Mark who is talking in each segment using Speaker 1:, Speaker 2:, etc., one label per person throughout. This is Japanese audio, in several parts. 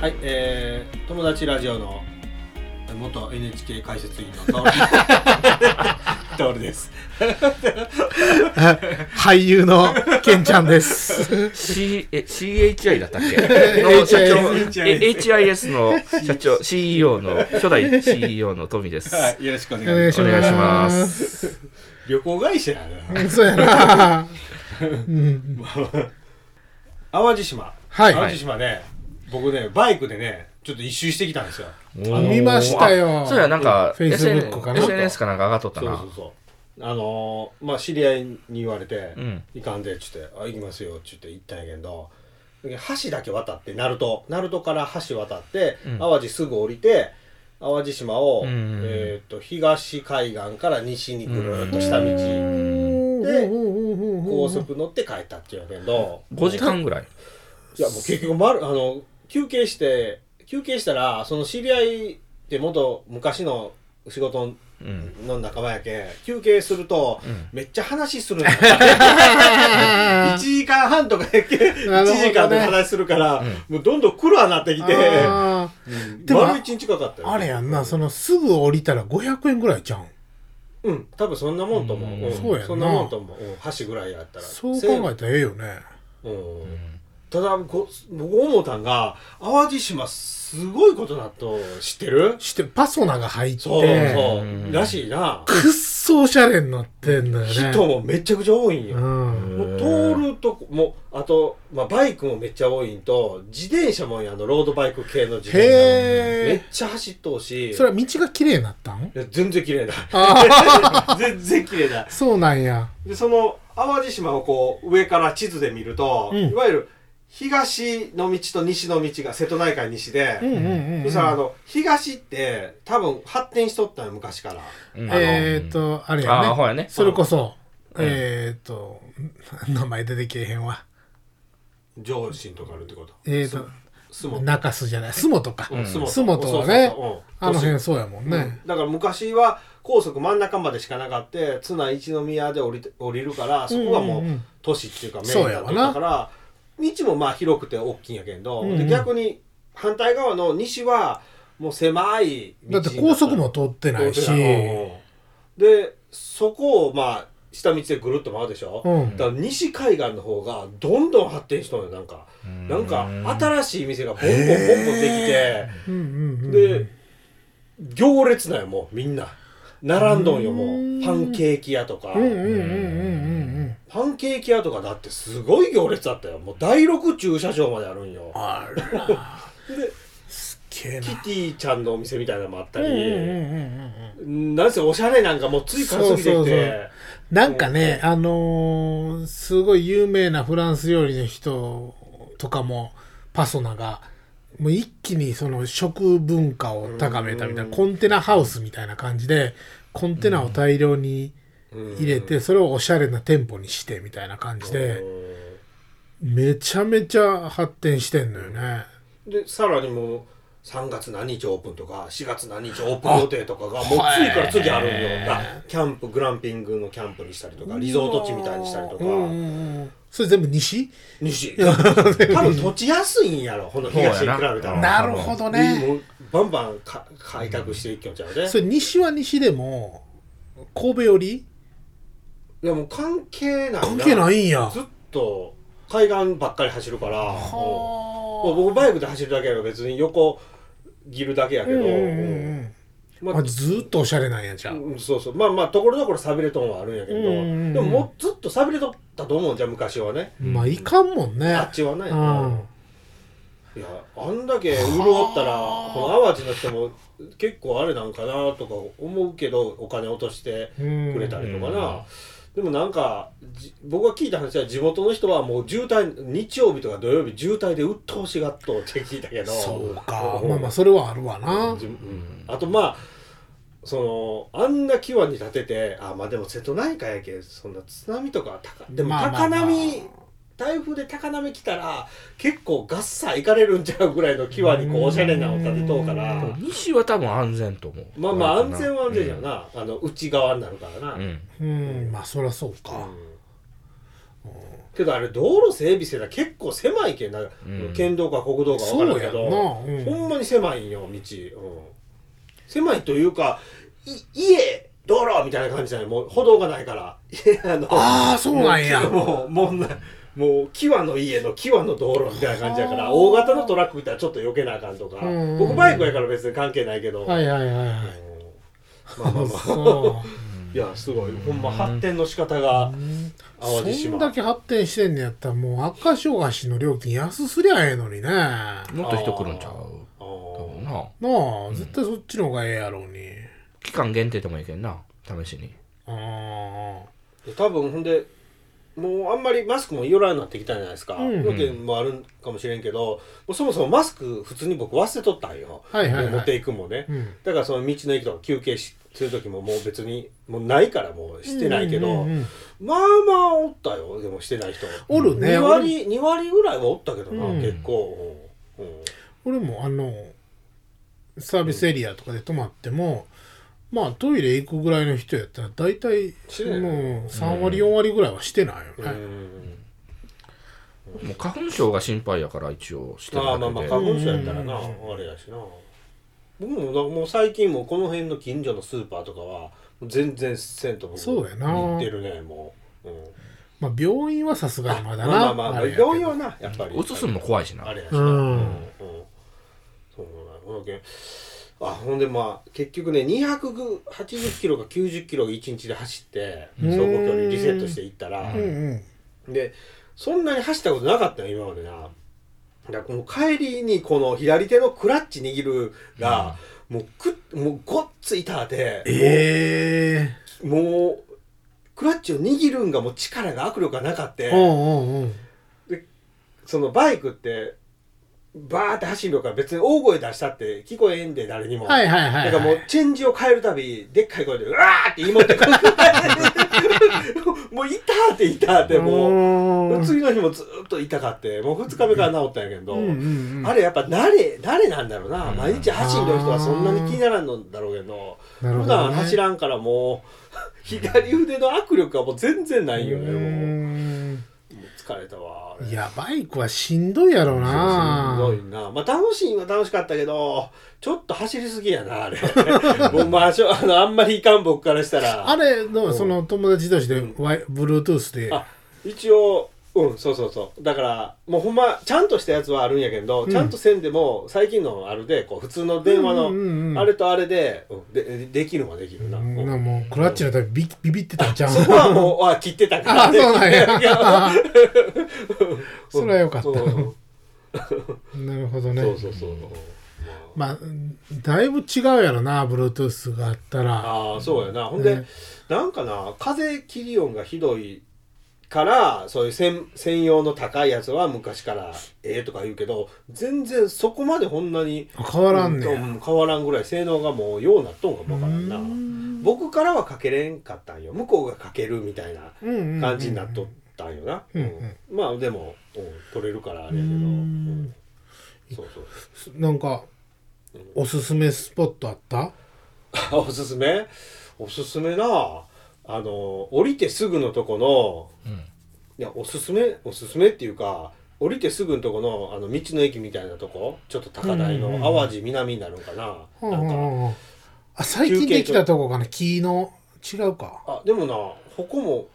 Speaker 1: はい、えー、友達ラジオの元 NHK 解説委員のタオ ルタオルです。
Speaker 2: 俳優のケンちゃんです。
Speaker 3: C え CHI だったっけの社長
Speaker 1: HIS
Speaker 3: HIS の社長 CEO の初代 CEO の富です、
Speaker 1: はい、よろしくお願い
Speaker 2: お願い
Speaker 1: し
Speaker 2: し
Speaker 1: ます。
Speaker 3: お願いし
Speaker 2: ま。
Speaker 3: ます
Speaker 1: 旅行会社やな。
Speaker 2: そうやな。うん、
Speaker 1: 淡路島。
Speaker 2: はい
Speaker 1: 淡路島ね、僕ね、バイクでね、ちょっと一周してきたんですよ。
Speaker 3: おー
Speaker 2: 見ましたよ
Speaker 3: あそうやなんか
Speaker 2: Facebook かな
Speaker 3: SNS かなんか上がっとった
Speaker 1: そう
Speaker 3: な
Speaker 1: そうそう。あのー、まあ、知り合いに言われて、
Speaker 3: うん
Speaker 1: 行かんで、ちょって、あ、行きますよ、ちょって言ったんやけど、橋だけ渡って、鳴門。鳴門から橋渡って、
Speaker 3: うん
Speaker 1: 淡路すぐ降りて、淡路島を、
Speaker 3: うんうんうん
Speaker 1: えっ、と、東海岸から西にぐるっと下道、で高速乗って帰ったっていうやけど、
Speaker 3: 5時間ぐらい
Speaker 1: いやもう結局まるあの休憩して休憩したらその知り合いって元昔の仕事
Speaker 3: うん
Speaker 1: の仲間やけん休憩すると、
Speaker 3: ん
Speaker 1: めっちゃ話 するのよ1時間半とかやけん
Speaker 2: な
Speaker 1: 1
Speaker 2: るほどね
Speaker 1: 時間で話するからもうどんどん苦労になってきて、
Speaker 2: あ
Speaker 1: うん
Speaker 2: でも
Speaker 1: 丸1日かかったよ
Speaker 2: ーあれやんな、そのすぐ降りたら500円ぐらいじゃん。
Speaker 1: うん多分そんなもんと思う、
Speaker 3: うんん
Speaker 2: そうやんなん
Speaker 1: なもんと思う、うん、箸ぐらいやったら
Speaker 2: そう考えたらええよね。
Speaker 1: うんただこ僕思ったんが淡路島すごいことだと知ってる
Speaker 2: して、パソナが入って、
Speaker 1: そうそう、
Speaker 3: うん
Speaker 1: らしいな、
Speaker 2: くっそおしゃれになってんだよね。
Speaker 1: 人もめちゃくちゃ多いん
Speaker 2: う
Speaker 1: よ、
Speaker 2: ん。
Speaker 1: もう通るとこもあと、まあ、バイクもめっちゃ多いんと自転車もあのロードバイク系の自転車めっ
Speaker 2: へえ。
Speaker 1: ちゃ走っとう し
Speaker 2: それは道が綺麗になったん
Speaker 1: いや全然綺麗だ 全然綺麗だ
Speaker 2: そうなんや。
Speaker 1: でその淡路島をこう上から地図で見ると、
Speaker 2: うん
Speaker 1: いわゆる東の道と西の道が瀬戸内海西で、
Speaker 2: うんうんうんう
Speaker 1: そしたらあ
Speaker 2: ん。
Speaker 1: の東って多分発展しとったよ昔から
Speaker 3: うん
Speaker 2: えーと、あれやね。
Speaker 3: あーほやね
Speaker 2: それこそ、
Speaker 3: ん
Speaker 2: えーと、名前出てけえへんわ。
Speaker 1: 上信とかあるってこと
Speaker 2: えー
Speaker 1: スモ
Speaker 2: と、中洲じゃない、洲本か。
Speaker 1: うん
Speaker 3: 洲
Speaker 1: 本
Speaker 2: 洲本はね
Speaker 1: そうそうそう
Speaker 2: あの
Speaker 1: うん
Speaker 2: 辺そうやもんね。
Speaker 1: だから昔は高速真ん中までしかなかって津名一宮で降りて降りるからそこがも
Speaker 2: うんうんう
Speaker 1: うん都市っていうかメイ
Speaker 2: そう
Speaker 1: ンだ
Speaker 2: や
Speaker 1: っ
Speaker 2: わ
Speaker 1: た
Speaker 2: な
Speaker 1: から道もまあ広くて大きいんやけど、
Speaker 2: うんうん
Speaker 1: で逆に反対側の西はもう狭い
Speaker 2: だ
Speaker 1: 道
Speaker 2: って高速も通ってないし、う
Speaker 1: でそこをまあ下道でぐるっと回るでしょ、
Speaker 2: ん。
Speaker 1: だから西海岸の方がどんどん発展しとんよなんかなんか新しい店がボンボンボンボンできて
Speaker 2: うんうんうん。
Speaker 1: で行列なんよもうみんな並んどんよも
Speaker 2: う
Speaker 1: うんパンケーキ屋とか
Speaker 2: うんうんうんうんうんうん。
Speaker 1: パンケーキ屋とかだってすごい行列だったよもう第6駐車場まであるんよ
Speaker 2: あら。 すっげえな
Speaker 1: キ。ティちゃんのお店みたいなのもあった
Speaker 2: うんうんうんうんう
Speaker 1: り
Speaker 2: ん
Speaker 1: なんせおしゃれなんかもうついから過ぎてきて
Speaker 2: そうそうそうなんかね、あのーすごい有名なフランス料理の人とかも、パソナが、もう一気にその食文化を高めたみたい
Speaker 1: うん
Speaker 2: な、コンテナハウスみたいな感じで、コンテナを大量に入れて、それをおしゃれな店舗にしてみたいな感じで、めちゃめちゃ発展してんのよね。
Speaker 1: でさらにもう3月何日オープンとか4月何日オープン予定とかがもう次から次あるんよだキャンプグランピングのキャンプにしたりとかリゾート地みたいにしたりとか
Speaker 2: うんうんうんそれ全部西
Speaker 1: 西多 分土地安いんやろこの東に比べ
Speaker 3: そう
Speaker 1: た
Speaker 3: やな
Speaker 1: ら
Speaker 2: なるほどね。
Speaker 1: もうバンバンか開拓していきょんちゃうで
Speaker 2: それ西は西でも、神戸より
Speaker 1: いやもう関係ない
Speaker 2: 関係ないいんや。
Speaker 1: ずっと海岸ばっかり走るからもうもう僕バイクで走るだけやから別に横切るだけやけど
Speaker 2: うん
Speaker 1: ま
Speaker 2: あ、ずーっとおしゃれなんやじゃあ、
Speaker 1: うん、そうそうまあまあところどころサビレトンはあるんやけど、
Speaker 2: うんうんうん
Speaker 1: でももうずっとサビレトンだと思うんじゃん昔はね
Speaker 2: まあいかんもんね
Speaker 1: あっちはね、
Speaker 2: う
Speaker 1: うん
Speaker 2: ん
Speaker 1: いやあんだけ潤ったら
Speaker 2: はあ
Speaker 1: この淡路の人も結構あれなんかなとか思うけどお金落としてくれたりとかな、でもなんかじ僕が聞いた話は地元の人はもう渋滞日曜日とか土曜日渋滞で鬱陶しがっとうって聞いたけど
Speaker 2: そうか
Speaker 1: うん
Speaker 2: まあまあそれはあるわな
Speaker 1: じうんあとまあそのあんな際に立ててあまあでも瀬戸内海やけんそんな津波とか高でも
Speaker 2: まあま
Speaker 1: 高
Speaker 2: あまあ
Speaker 1: 波、台風で高波来たら結構ガッサ行かれるんちゃうぐらいの際にこうおしゃれなのを立てとうから
Speaker 2: うん
Speaker 3: 西は多分安全と思う
Speaker 1: まあまあ安全は安全じゃな、あの内側になるからな、
Speaker 3: うん
Speaker 2: うんまあそりゃそうか、
Speaker 1: けどあれ道路整備せたら結構狭いけんな、
Speaker 3: ん
Speaker 1: 県道か国道か分からんけど、
Speaker 2: そうやんなうん
Speaker 1: ほんまに狭いんよ道、うん、狭いというかい家道路みたいな感じじゃないもう歩道がないから いやあの
Speaker 2: あーそうなんや
Speaker 1: もうもうもうなもう際の家の際の道路みたいな感じやから大型のトラックみたいなちょっと避けなあかんとか、
Speaker 2: うん
Speaker 1: 僕バイクやから別に関係ないけど、
Speaker 2: はいはいはいは
Speaker 1: うん
Speaker 2: い
Speaker 1: まあまあま あ
Speaker 2: そ
Speaker 1: いやすごいほんま発展の仕方が淡
Speaker 2: う
Speaker 1: 路
Speaker 2: そ
Speaker 1: 島
Speaker 2: んだけ発展してんねやったらもう赤潮橋の料金安すりゃええのにねな
Speaker 3: もっと人来るんちゃう
Speaker 1: あ
Speaker 3: 多
Speaker 1: ー
Speaker 3: 分な
Speaker 2: あ絶対そっちの方がええやろうに
Speaker 3: 期間限定でもいいけんな試しに
Speaker 2: あ
Speaker 1: で多分ほんでもうあんまりマスクもいらんようになってきたじゃないですか、
Speaker 2: うんうん
Speaker 1: ロケもあるんかもしれんけどもうそもそもマスク普通に僕忘れとったんよ、
Speaker 2: はいはいはい
Speaker 1: 持っていくもね、
Speaker 2: あうん
Speaker 1: だからその道の駅とか休憩しする時ももう別にもうないからもうしてないけど、
Speaker 2: うんうんうん
Speaker 1: まあまあおったよでもしてない人
Speaker 2: おるね
Speaker 1: 2割二割ぐらいはおったけどな、
Speaker 2: うん
Speaker 1: 結構、うんうん
Speaker 2: 俺もあのサービスエリアとかで泊まっても、まあトイレ行くぐらいの人やったら大体
Speaker 1: してない
Speaker 2: もう3割4割ぐらいはしてないよね、
Speaker 1: うん
Speaker 3: もう花粉症が心配やから一応してる
Speaker 1: ああ
Speaker 3: だ
Speaker 1: まあま
Speaker 3: け
Speaker 1: あ
Speaker 3: で
Speaker 1: 花粉症やったらな、
Speaker 2: うんうん
Speaker 1: あれやしな僕もだもう最近もうこの辺の近所のスーパーとかは全然せんと僕
Speaker 2: そうやな
Speaker 1: 行ってるねもう、うん、
Speaker 2: まあ病院はさすがにまだな
Speaker 1: まあまあまあ
Speaker 2: れやけど
Speaker 1: 病院はなやっぱり
Speaker 3: うつすんも怖いしな
Speaker 1: あれやしな、
Speaker 2: うん
Speaker 1: そうなんほんけんあほんでまあ結局ね280キロか90キロが1日で走って走行距離リセットしていったら、
Speaker 2: うんうん
Speaker 1: でそんなに走ったことなかったの今までなだからこの帰りにこの左手のクラッチ握るが、もうくっもうごっついたで、
Speaker 2: え
Speaker 1: もうクラッチを握るんがもう力が握力がなかって、
Speaker 2: えうんうんうん
Speaker 1: そのバイクってバーって走るから別に大声出したって聞こえんで誰にも、
Speaker 2: はいはいはい、はい、
Speaker 1: だからもうチェンジを変えるたびでっかい声で「うわ!」って言いも ってくるもう「いた!」って「いた!」ってもう。
Speaker 2: も
Speaker 1: 次の日もずっと痛かってもう2日目から治ったんやけど、
Speaker 2: うんうんうん
Speaker 1: あれやっぱ慣れ慣れなんだろうな、
Speaker 3: うん
Speaker 1: 毎日走る人はそんなに気にならんのだろうけど
Speaker 2: なるほどね
Speaker 1: 普段走らんからもう 左腕の握力がもう全然ないよね、
Speaker 2: う
Speaker 1: もうんもう疲れたわあれ
Speaker 2: いやバイクはしんどいやろうな
Speaker 1: そうしんどいなまあ楽しいのは楽しかったけどちょっと走りすぎやなあれ もうまあしょあのあんまりいかん僕からしたら
Speaker 2: あれど
Speaker 1: う
Speaker 2: うんその友達同士でワイ Bluetooth で
Speaker 1: あ一応うんそうそうそうだからもうほんまちゃんとしたやつはあるんやけど、
Speaker 2: うん
Speaker 1: ちゃんとせんでも最近のあるでこう普通の電話
Speaker 2: うん
Speaker 1: の
Speaker 2: うんうん
Speaker 1: あれとあれで,、うんででできるのはできるな、
Speaker 2: う
Speaker 1: うんん
Speaker 2: なんかもうクラッチのたびビビビってたんちゃう
Speaker 1: そこはもうあ切ってたから
Speaker 2: あそうなんや
Speaker 1: いや
Speaker 2: それはよかった
Speaker 1: そうそう
Speaker 2: なるほどね
Speaker 1: そうそうそう、
Speaker 2: まあだいぶ違うやろな Bluetooth があったら
Speaker 1: ああそうやなほんで、
Speaker 2: ね
Speaker 1: なんかな風切り音がひどいからそういう専専用の高いやつは昔からええとか言うけど全然そこまでこんなに
Speaker 2: 変わらんね
Speaker 1: う
Speaker 2: や
Speaker 1: ん変わらんぐらい性能がもうようなっとんかもわからん
Speaker 2: う
Speaker 1: なん僕からはかけれんかったんよ向こうがかけるみたいな
Speaker 2: うんうんうん
Speaker 1: 感じになっとったんよな、
Speaker 2: うん
Speaker 1: うんまあでも、うん取れるからあれやけど、
Speaker 2: うん
Speaker 1: うんそうそう
Speaker 2: なんかおすすめスポットあった
Speaker 1: あおすすめおすすめなあの降りてすぐのとこの、
Speaker 3: うん
Speaker 1: いやおすすめおすすめっていうか降りてすぐのとこのあの道の駅みたいなとこちょっと高台
Speaker 2: うんう
Speaker 1: の
Speaker 2: んうん
Speaker 1: 淡路南になるんかな,、
Speaker 2: うんう
Speaker 1: なんか
Speaker 2: んうんあ最近できたとこかな木の違うか
Speaker 1: あでもなここも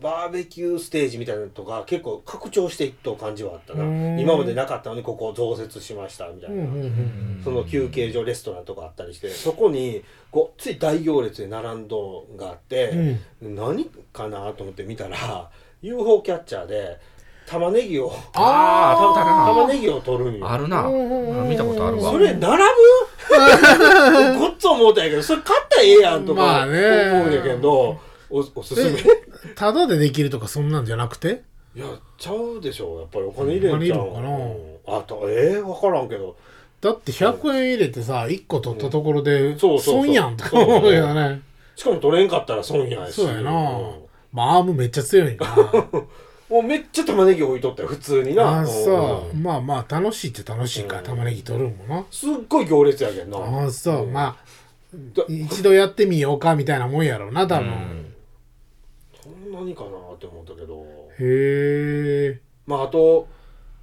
Speaker 1: バーベキューステージみたいなのとか結構拡張していった感じはあったな
Speaker 2: うん
Speaker 1: 今までなかったのにここを増設しましたみたい
Speaker 2: うん
Speaker 1: な、
Speaker 2: うんうん
Speaker 1: その休憩所レストランとかあったりしてそこにごっつい大行列で並んどんがあって、
Speaker 2: うん
Speaker 1: 何かなと思って見たら UFO キャッチャーで玉ねぎを
Speaker 3: あー食べたな
Speaker 1: 玉ねぎを取るんよ
Speaker 3: あるな
Speaker 2: うんうんうん
Speaker 3: あ見たことあるわ
Speaker 1: それ並ぶ ごっつ思うたんやけどそれ買ったらええやんと
Speaker 2: ま
Speaker 1: か
Speaker 2: あ
Speaker 1: 思う
Speaker 2: ね
Speaker 1: んやけどおおすすめ
Speaker 2: ただでできるとかそんなんじゃなくて
Speaker 1: いやちゃうでしょやっぱりお金入れんちゃう
Speaker 2: お金入れる
Speaker 1: うんあとええ分からんけど
Speaker 2: だって100円入れてさ1個取ったところで
Speaker 1: そうそうそう
Speaker 2: 損やんとか思うけどね
Speaker 1: しかも取れんかったら損やし
Speaker 2: そうやなんまあアームめっちゃ強いな
Speaker 1: もうめっちゃ玉ねぎ置いとったよ普通 にな
Speaker 2: あそううまあまあ楽しいって楽しいか
Speaker 1: うん
Speaker 2: 玉ねぎ取るもんな
Speaker 1: すっごい行列やけんな
Speaker 2: ああそう
Speaker 1: うん
Speaker 2: まあ
Speaker 1: だ
Speaker 2: 一度やってみようかみたいなもんやろうな多分
Speaker 1: そんな何かなって思ったけど
Speaker 2: へえ
Speaker 1: まああと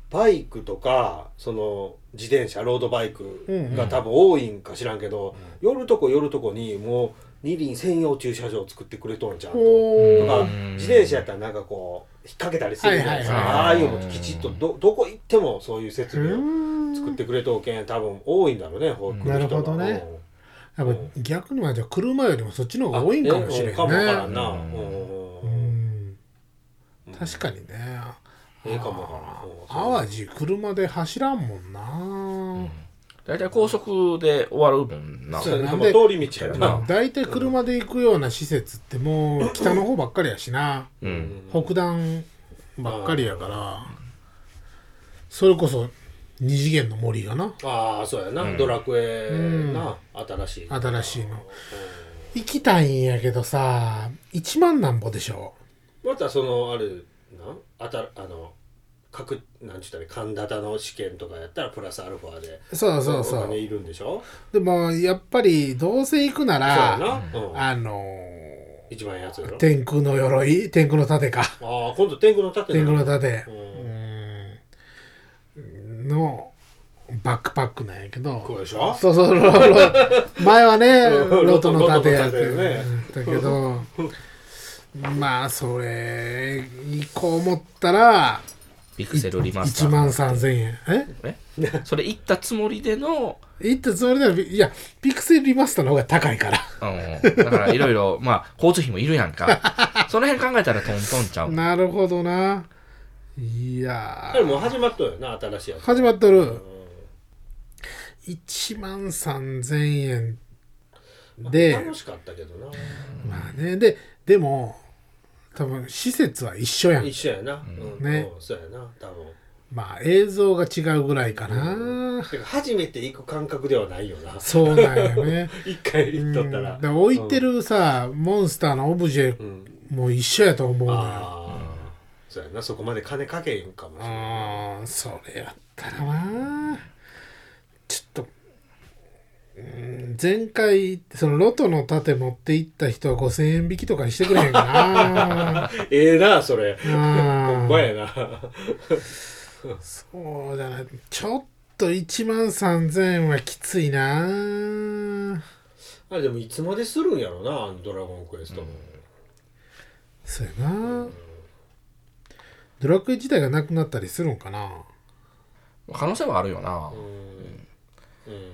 Speaker 1: バイクとかその自転車ロードバイクが多分多いんか知らんけど、夜とこ夜とこにもう二輪専用駐車場を作ってくれとんじゃんと
Speaker 2: お
Speaker 1: と
Speaker 2: お
Speaker 1: か
Speaker 3: うん
Speaker 1: 自転車やったらなんかこう引っ掛けたりするじゃないですか、
Speaker 2: はいはい
Speaker 3: はい
Speaker 1: ああいうのもきちっとどどこ行ってもそういう設備を作
Speaker 2: 作
Speaker 1: ってくれとうけん多分多いんだろうねほう来る人
Speaker 2: なるほど
Speaker 1: が
Speaker 2: ねやっぱ逆にまあじゃあ車よりもそっちの
Speaker 1: う
Speaker 2: 方が多いんかもしれん
Speaker 1: あええうんかもわから
Speaker 2: ね
Speaker 1: んな、う
Speaker 3: うんん
Speaker 2: うん
Speaker 1: うん
Speaker 2: 確かにね
Speaker 1: ええかもわからんうん
Speaker 2: 淡路車で走らんもんな
Speaker 3: 大体高速で終わるもんな。
Speaker 1: そうやね
Speaker 2: なん
Speaker 1: まあ
Speaker 2: で
Speaker 1: 通り道や
Speaker 3: う
Speaker 1: な、
Speaker 3: ん
Speaker 2: 大体車で行くような施設ってもう北の方ばっかりやしな
Speaker 3: うん。
Speaker 2: 北段ばっかりやからそれこそ二次元の森がな
Speaker 1: ああそうやな、
Speaker 3: うん
Speaker 1: ドラクエ
Speaker 2: うん
Speaker 1: な新しい
Speaker 2: 新しいの行きたいんやけどさ1万なんぼでしょ
Speaker 1: うんまたそのあるなあたあの各なんちゅったらいい神田の試験とかやったらプラスアルファで
Speaker 2: そうそうそ
Speaker 1: お金
Speaker 2: う
Speaker 1: いるんでしょ
Speaker 2: でもやっぱりどうせ行くな
Speaker 1: そうや
Speaker 2: ら
Speaker 1: な、うん、
Speaker 2: あの
Speaker 1: 一番やつやろ
Speaker 2: ー天空の鎧天空の盾か
Speaker 1: ああ今度天狗の盾
Speaker 2: 天
Speaker 1: なの
Speaker 2: 狗の盾
Speaker 1: う
Speaker 2: うんーんのバックパックなんやけ
Speaker 1: こ
Speaker 2: ど
Speaker 1: うでしょ
Speaker 2: そうそうロロ前はね
Speaker 1: うん
Speaker 2: ロトの盾やって
Speaker 1: ロトの盾ね
Speaker 2: だけどまあそれ行こう思ったら
Speaker 3: ピクセルリマス
Speaker 2: 1
Speaker 3: ター。
Speaker 2: 万3000円え
Speaker 3: ね。それ行ったつもりでの、
Speaker 2: いったそれでもいやピクセルリマスターの方が高いから
Speaker 3: うん。だからいろいろ、 まあ、交通費もいるやんか。その辺考えたらトントンちゃう。うん。
Speaker 2: なるほどないや
Speaker 1: あれ
Speaker 2: ー
Speaker 1: もう始まっとるよな新しいやつ
Speaker 2: 始まっとる
Speaker 1: う
Speaker 2: 1万3000円
Speaker 1: ん
Speaker 2: で
Speaker 1: 楽しかったけどな
Speaker 2: まあねででも多分施設は一緒やん
Speaker 1: 一緒やなうん
Speaker 2: ね
Speaker 1: うんそうやな多分
Speaker 2: まあ映像が違うぐらいかな、
Speaker 1: てか初めて行く感覚ではないよな
Speaker 2: そうなんよね
Speaker 1: 一回行っとった
Speaker 2: う
Speaker 1: ら
Speaker 2: んだから置いてるさ、モンスターのオブジェ
Speaker 1: うん
Speaker 2: も一緒やと思うのよ
Speaker 1: ああそうやなそこまで金かけへんかもしれない
Speaker 2: うんそれやったらなちょっとうん前回そのロトの盾持って行った人は5,000円引きとかにしてくれへんか な
Speaker 1: ええなそれほ
Speaker 2: うんん
Speaker 1: まやな
Speaker 2: そうじゃないちょっと1万3,000円はきついな
Speaker 1: あれでもいつまでするんやろなあのドラゴンクエストも
Speaker 2: そうやなドラクエ自体がなくなったりするんかな
Speaker 3: 可能性はあるよな
Speaker 1: う。んうん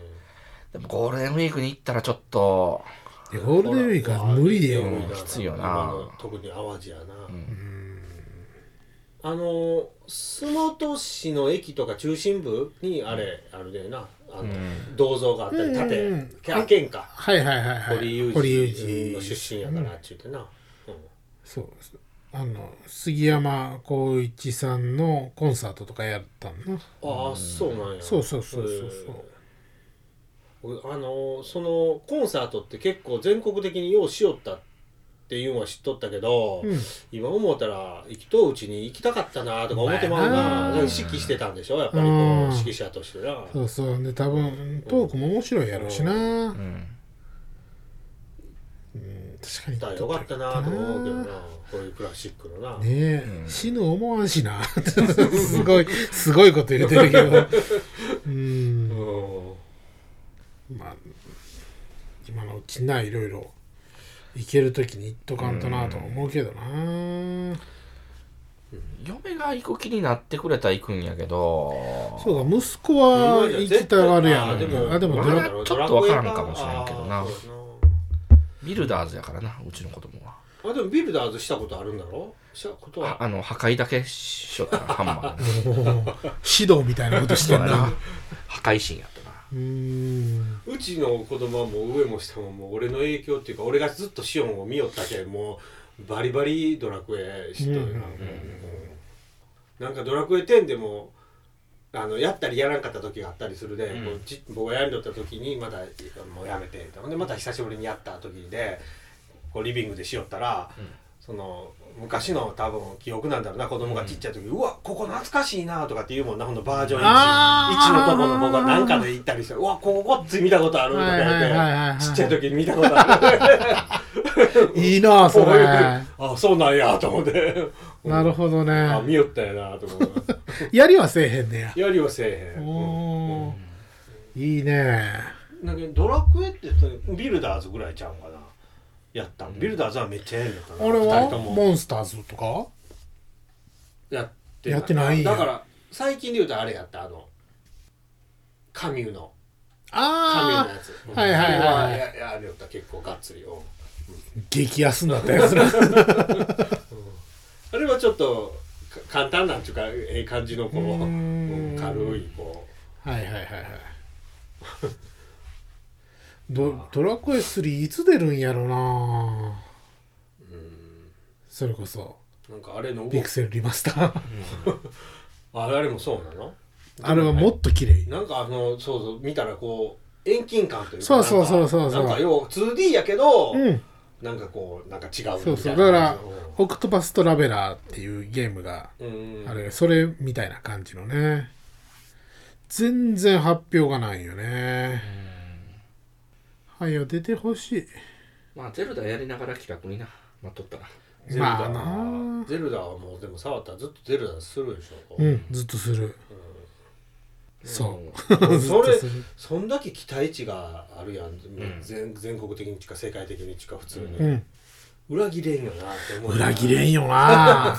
Speaker 3: でもゴールデンウィークに行ったらちょっと、
Speaker 2: いやゴールデンウィークは無理だよ、
Speaker 1: ほら
Speaker 3: うんきついよな
Speaker 1: 今の特に淡路やな、
Speaker 2: うん
Speaker 1: あの洲本市の駅とか中心部にあれあるでなあの、
Speaker 3: ん
Speaker 1: 銅像があったり縦、
Speaker 2: うんうん
Speaker 1: けあけんか
Speaker 2: はいはいはいはい
Speaker 1: 堀裕
Speaker 2: 堀
Speaker 1: 二
Speaker 2: 裕
Speaker 1: の
Speaker 2: 二
Speaker 1: 出身やからっちゅうてな、うん
Speaker 2: そうですあの杉山浩一さんのコンサートとかやったんな
Speaker 1: ああそうなんや
Speaker 2: そうそうそうそうそう
Speaker 1: うんあのそのコンサートって結構全国的にようしよったっていうのは知っとったけど、
Speaker 2: うん
Speaker 1: 今思ったら行きとううちに行きたかったなとか思ってまう
Speaker 2: まあや
Speaker 1: な
Speaker 2: な
Speaker 1: なんか指揮してたんでしょやっぱりこう
Speaker 2: うん
Speaker 1: 指揮者としてな
Speaker 2: そうそうで多分トークも面白いやろうしな、
Speaker 3: う
Speaker 2: 確
Speaker 3: ん。
Speaker 2: かに
Speaker 1: だからよかったなと思うけどなこういうクラシックのな、
Speaker 2: ねえ、
Speaker 3: うん
Speaker 2: 死ぬ思わんしな すごいすごいこと言ってるけどうん
Speaker 1: うん
Speaker 2: まあ、今のうちないろいろ行けるときに行っとかんとなとは思うけどな、
Speaker 3: 嫁が行く気になってくれたら行くんやけど、
Speaker 2: そうか息子は行きたがるやん
Speaker 1: あでも
Speaker 2: あでも
Speaker 3: ま
Speaker 2: ド
Speaker 3: だ
Speaker 2: ラ
Speaker 3: ちょっとわからんかもしれんけどな
Speaker 1: あそうや
Speaker 3: ビルダーズやからな、うちの子供は。
Speaker 1: なあでもビルダーズしたことあるんだろしたこと
Speaker 3: あ
Speaker 1: は
Speaker 3: あの、破壊だけしよったな、ハンマーで。
Speaker 2: 指導みたいなこと してん
Speaker 3: そう や
Speaker 2: な
Speaker 3: な破壊神やったな。
Speaker 2: うーん
Speaker 1: うちの子供はもう上も下ももう俺の影響っていうか俺がずっとシオンを見よったけんもうバリバリドラクエしとるな、
Speaker 2: うんうんうん
Speaker 1: なんかドラクエ10でもあのやったりやらんかった時があったりするで、
Speaker 3: うん
Speaker 1: こうち僕がやりとった時にまだもうやめてほんでまた久しぶりにやった時でこうリビングでしよったら、その昔の多分記憶なんだろうな子供がちっちゃい時、うわここ懐かしいなとかって言うもんなほんのバージョン1
Speaker 2: あー
Speaker 1: 1のとこの僕が何かで行ったりしてうわこここっち見たことあるとか言って、
Speaker 2: はいはいはいはい
Speaker 1: ちっちゃい時に見たことある
Speaker 2: いいな あそ
Speaker 1: こういう
Speaker 2: れ
Speaker 1: あそうなんやと思って
Speaker 2: なるほど
Speaker 1: あ
Speaker 2: ね
Speaker 1: 見よったやなと思って
Speaker 2: やりはせえへんねや
Speaker 1: やりはせえへん
Speaker 2: おーいいね
Speaker 1: うんなんかドラクエって言ったらビルダーズぐらいちゃうんかなやったんビルダーズはめっちゃやるのかな
Speaker 2: 俺
Speaker 1: 二
Speaker 2: は
Speaker 1: 人とも
Speaker 2: モンスターズとか
Speaker 1: やって
Speaker 2: やってないんや
Speaker 1: だから最近で言うとあれやったあのカミューのカミューの
Speaker 2: ああ
Speaker 1: やつ
Speaker 2: はいはいはい
Speaker 1: うんややるよった結構がっつりうん
Speaker 2: 激安になったやつら
Speaker 1: あれはちょっとか簡単なんちゅうかええ感じのこう
Speaker 2: うー
Speaker 1: う
Speaker 2: ん
Speaker 1: ん軽いこ
Speaker 2: はいはいはいはいドドラクエ3いつ出るんやろなそれこそう
Speaker 1: なんかあれの動き
Speaker 2: ピクセルリマスタ ー
Speaker 1: ああれもそうなの
Speaker 2: あれはもっと綺麗
Speaker 1: なんかあのそうそう見たらこう遠近感というか
Speaker 2: そうそう
Speaker 1: なんか
Speaker 2: そうそうそう
Speaker 1: なんか要は 2D やけど、
Speaker 2: うん
Speaker 1: なんかこうなんか違うみたいな
Speaker 2: そうそうだから「オクトパストラベラー」っていうゲームが
Speaker 1: うん
Speaker 2: あれそれみたいな感じのね全然発表がないよねはよ出てほし
Speaker 3: まあ、ゼルダやりながら企画にな、待っとったら。
Speaker 1: ゼ
Speaker 2: い
Speaker 1: ルダ
Speaker 2: まあ
Speaker 1: は、
Speaker 2: な
Speaker 1: ゼルダはもうでも触ったらずっとゼルダするでしょ、
Speaker 2: うんずっとするそう
Speaker 3: うん。
Speaker 1: もうそ
Speaker 2: ず
Speaker 1: れ
Speaker 2: っとする
Speaker 1: そんだけ期待値があるやん、
Speaker 3: ん
Speaker 1: 全全国的にちか世界的にちか普通に、
Speaker 2: うん
Speaker 1: 裏切れんよなって思う
Speaker 2: 裏切れんよな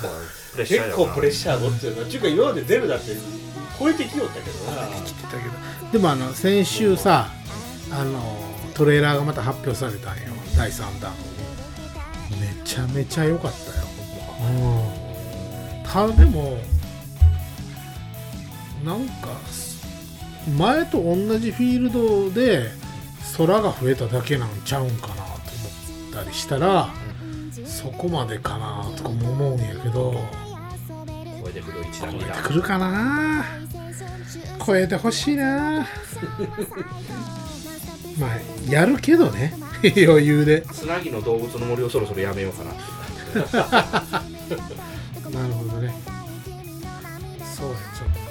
Speaker 3: プレッシャーや
Speaker 1: 結
Speaker 3: な
Speaker 1: 構プレッシャー持ってるなっていうか今までゼルダって超えてきよったけどな
Speaker 2: だけど でもあの先週さあのトレーラーがまた発表されたんよ第3弾めちゃめちゃ良かったようんただでもなんか前と同じフィールドで空が増えただけなんちゃうんかなと思ったりしたらそこまでかなとかも思うんやけど
Speaker 3: これで不動一段二 段。
Speaker 2: 来るかな超えてほしいなまあやるけどね 余裕で
Speaker 3: つなぎの動物の森をそろそろやめようかなって。
Speaker 2: なるほどねそうやちょっと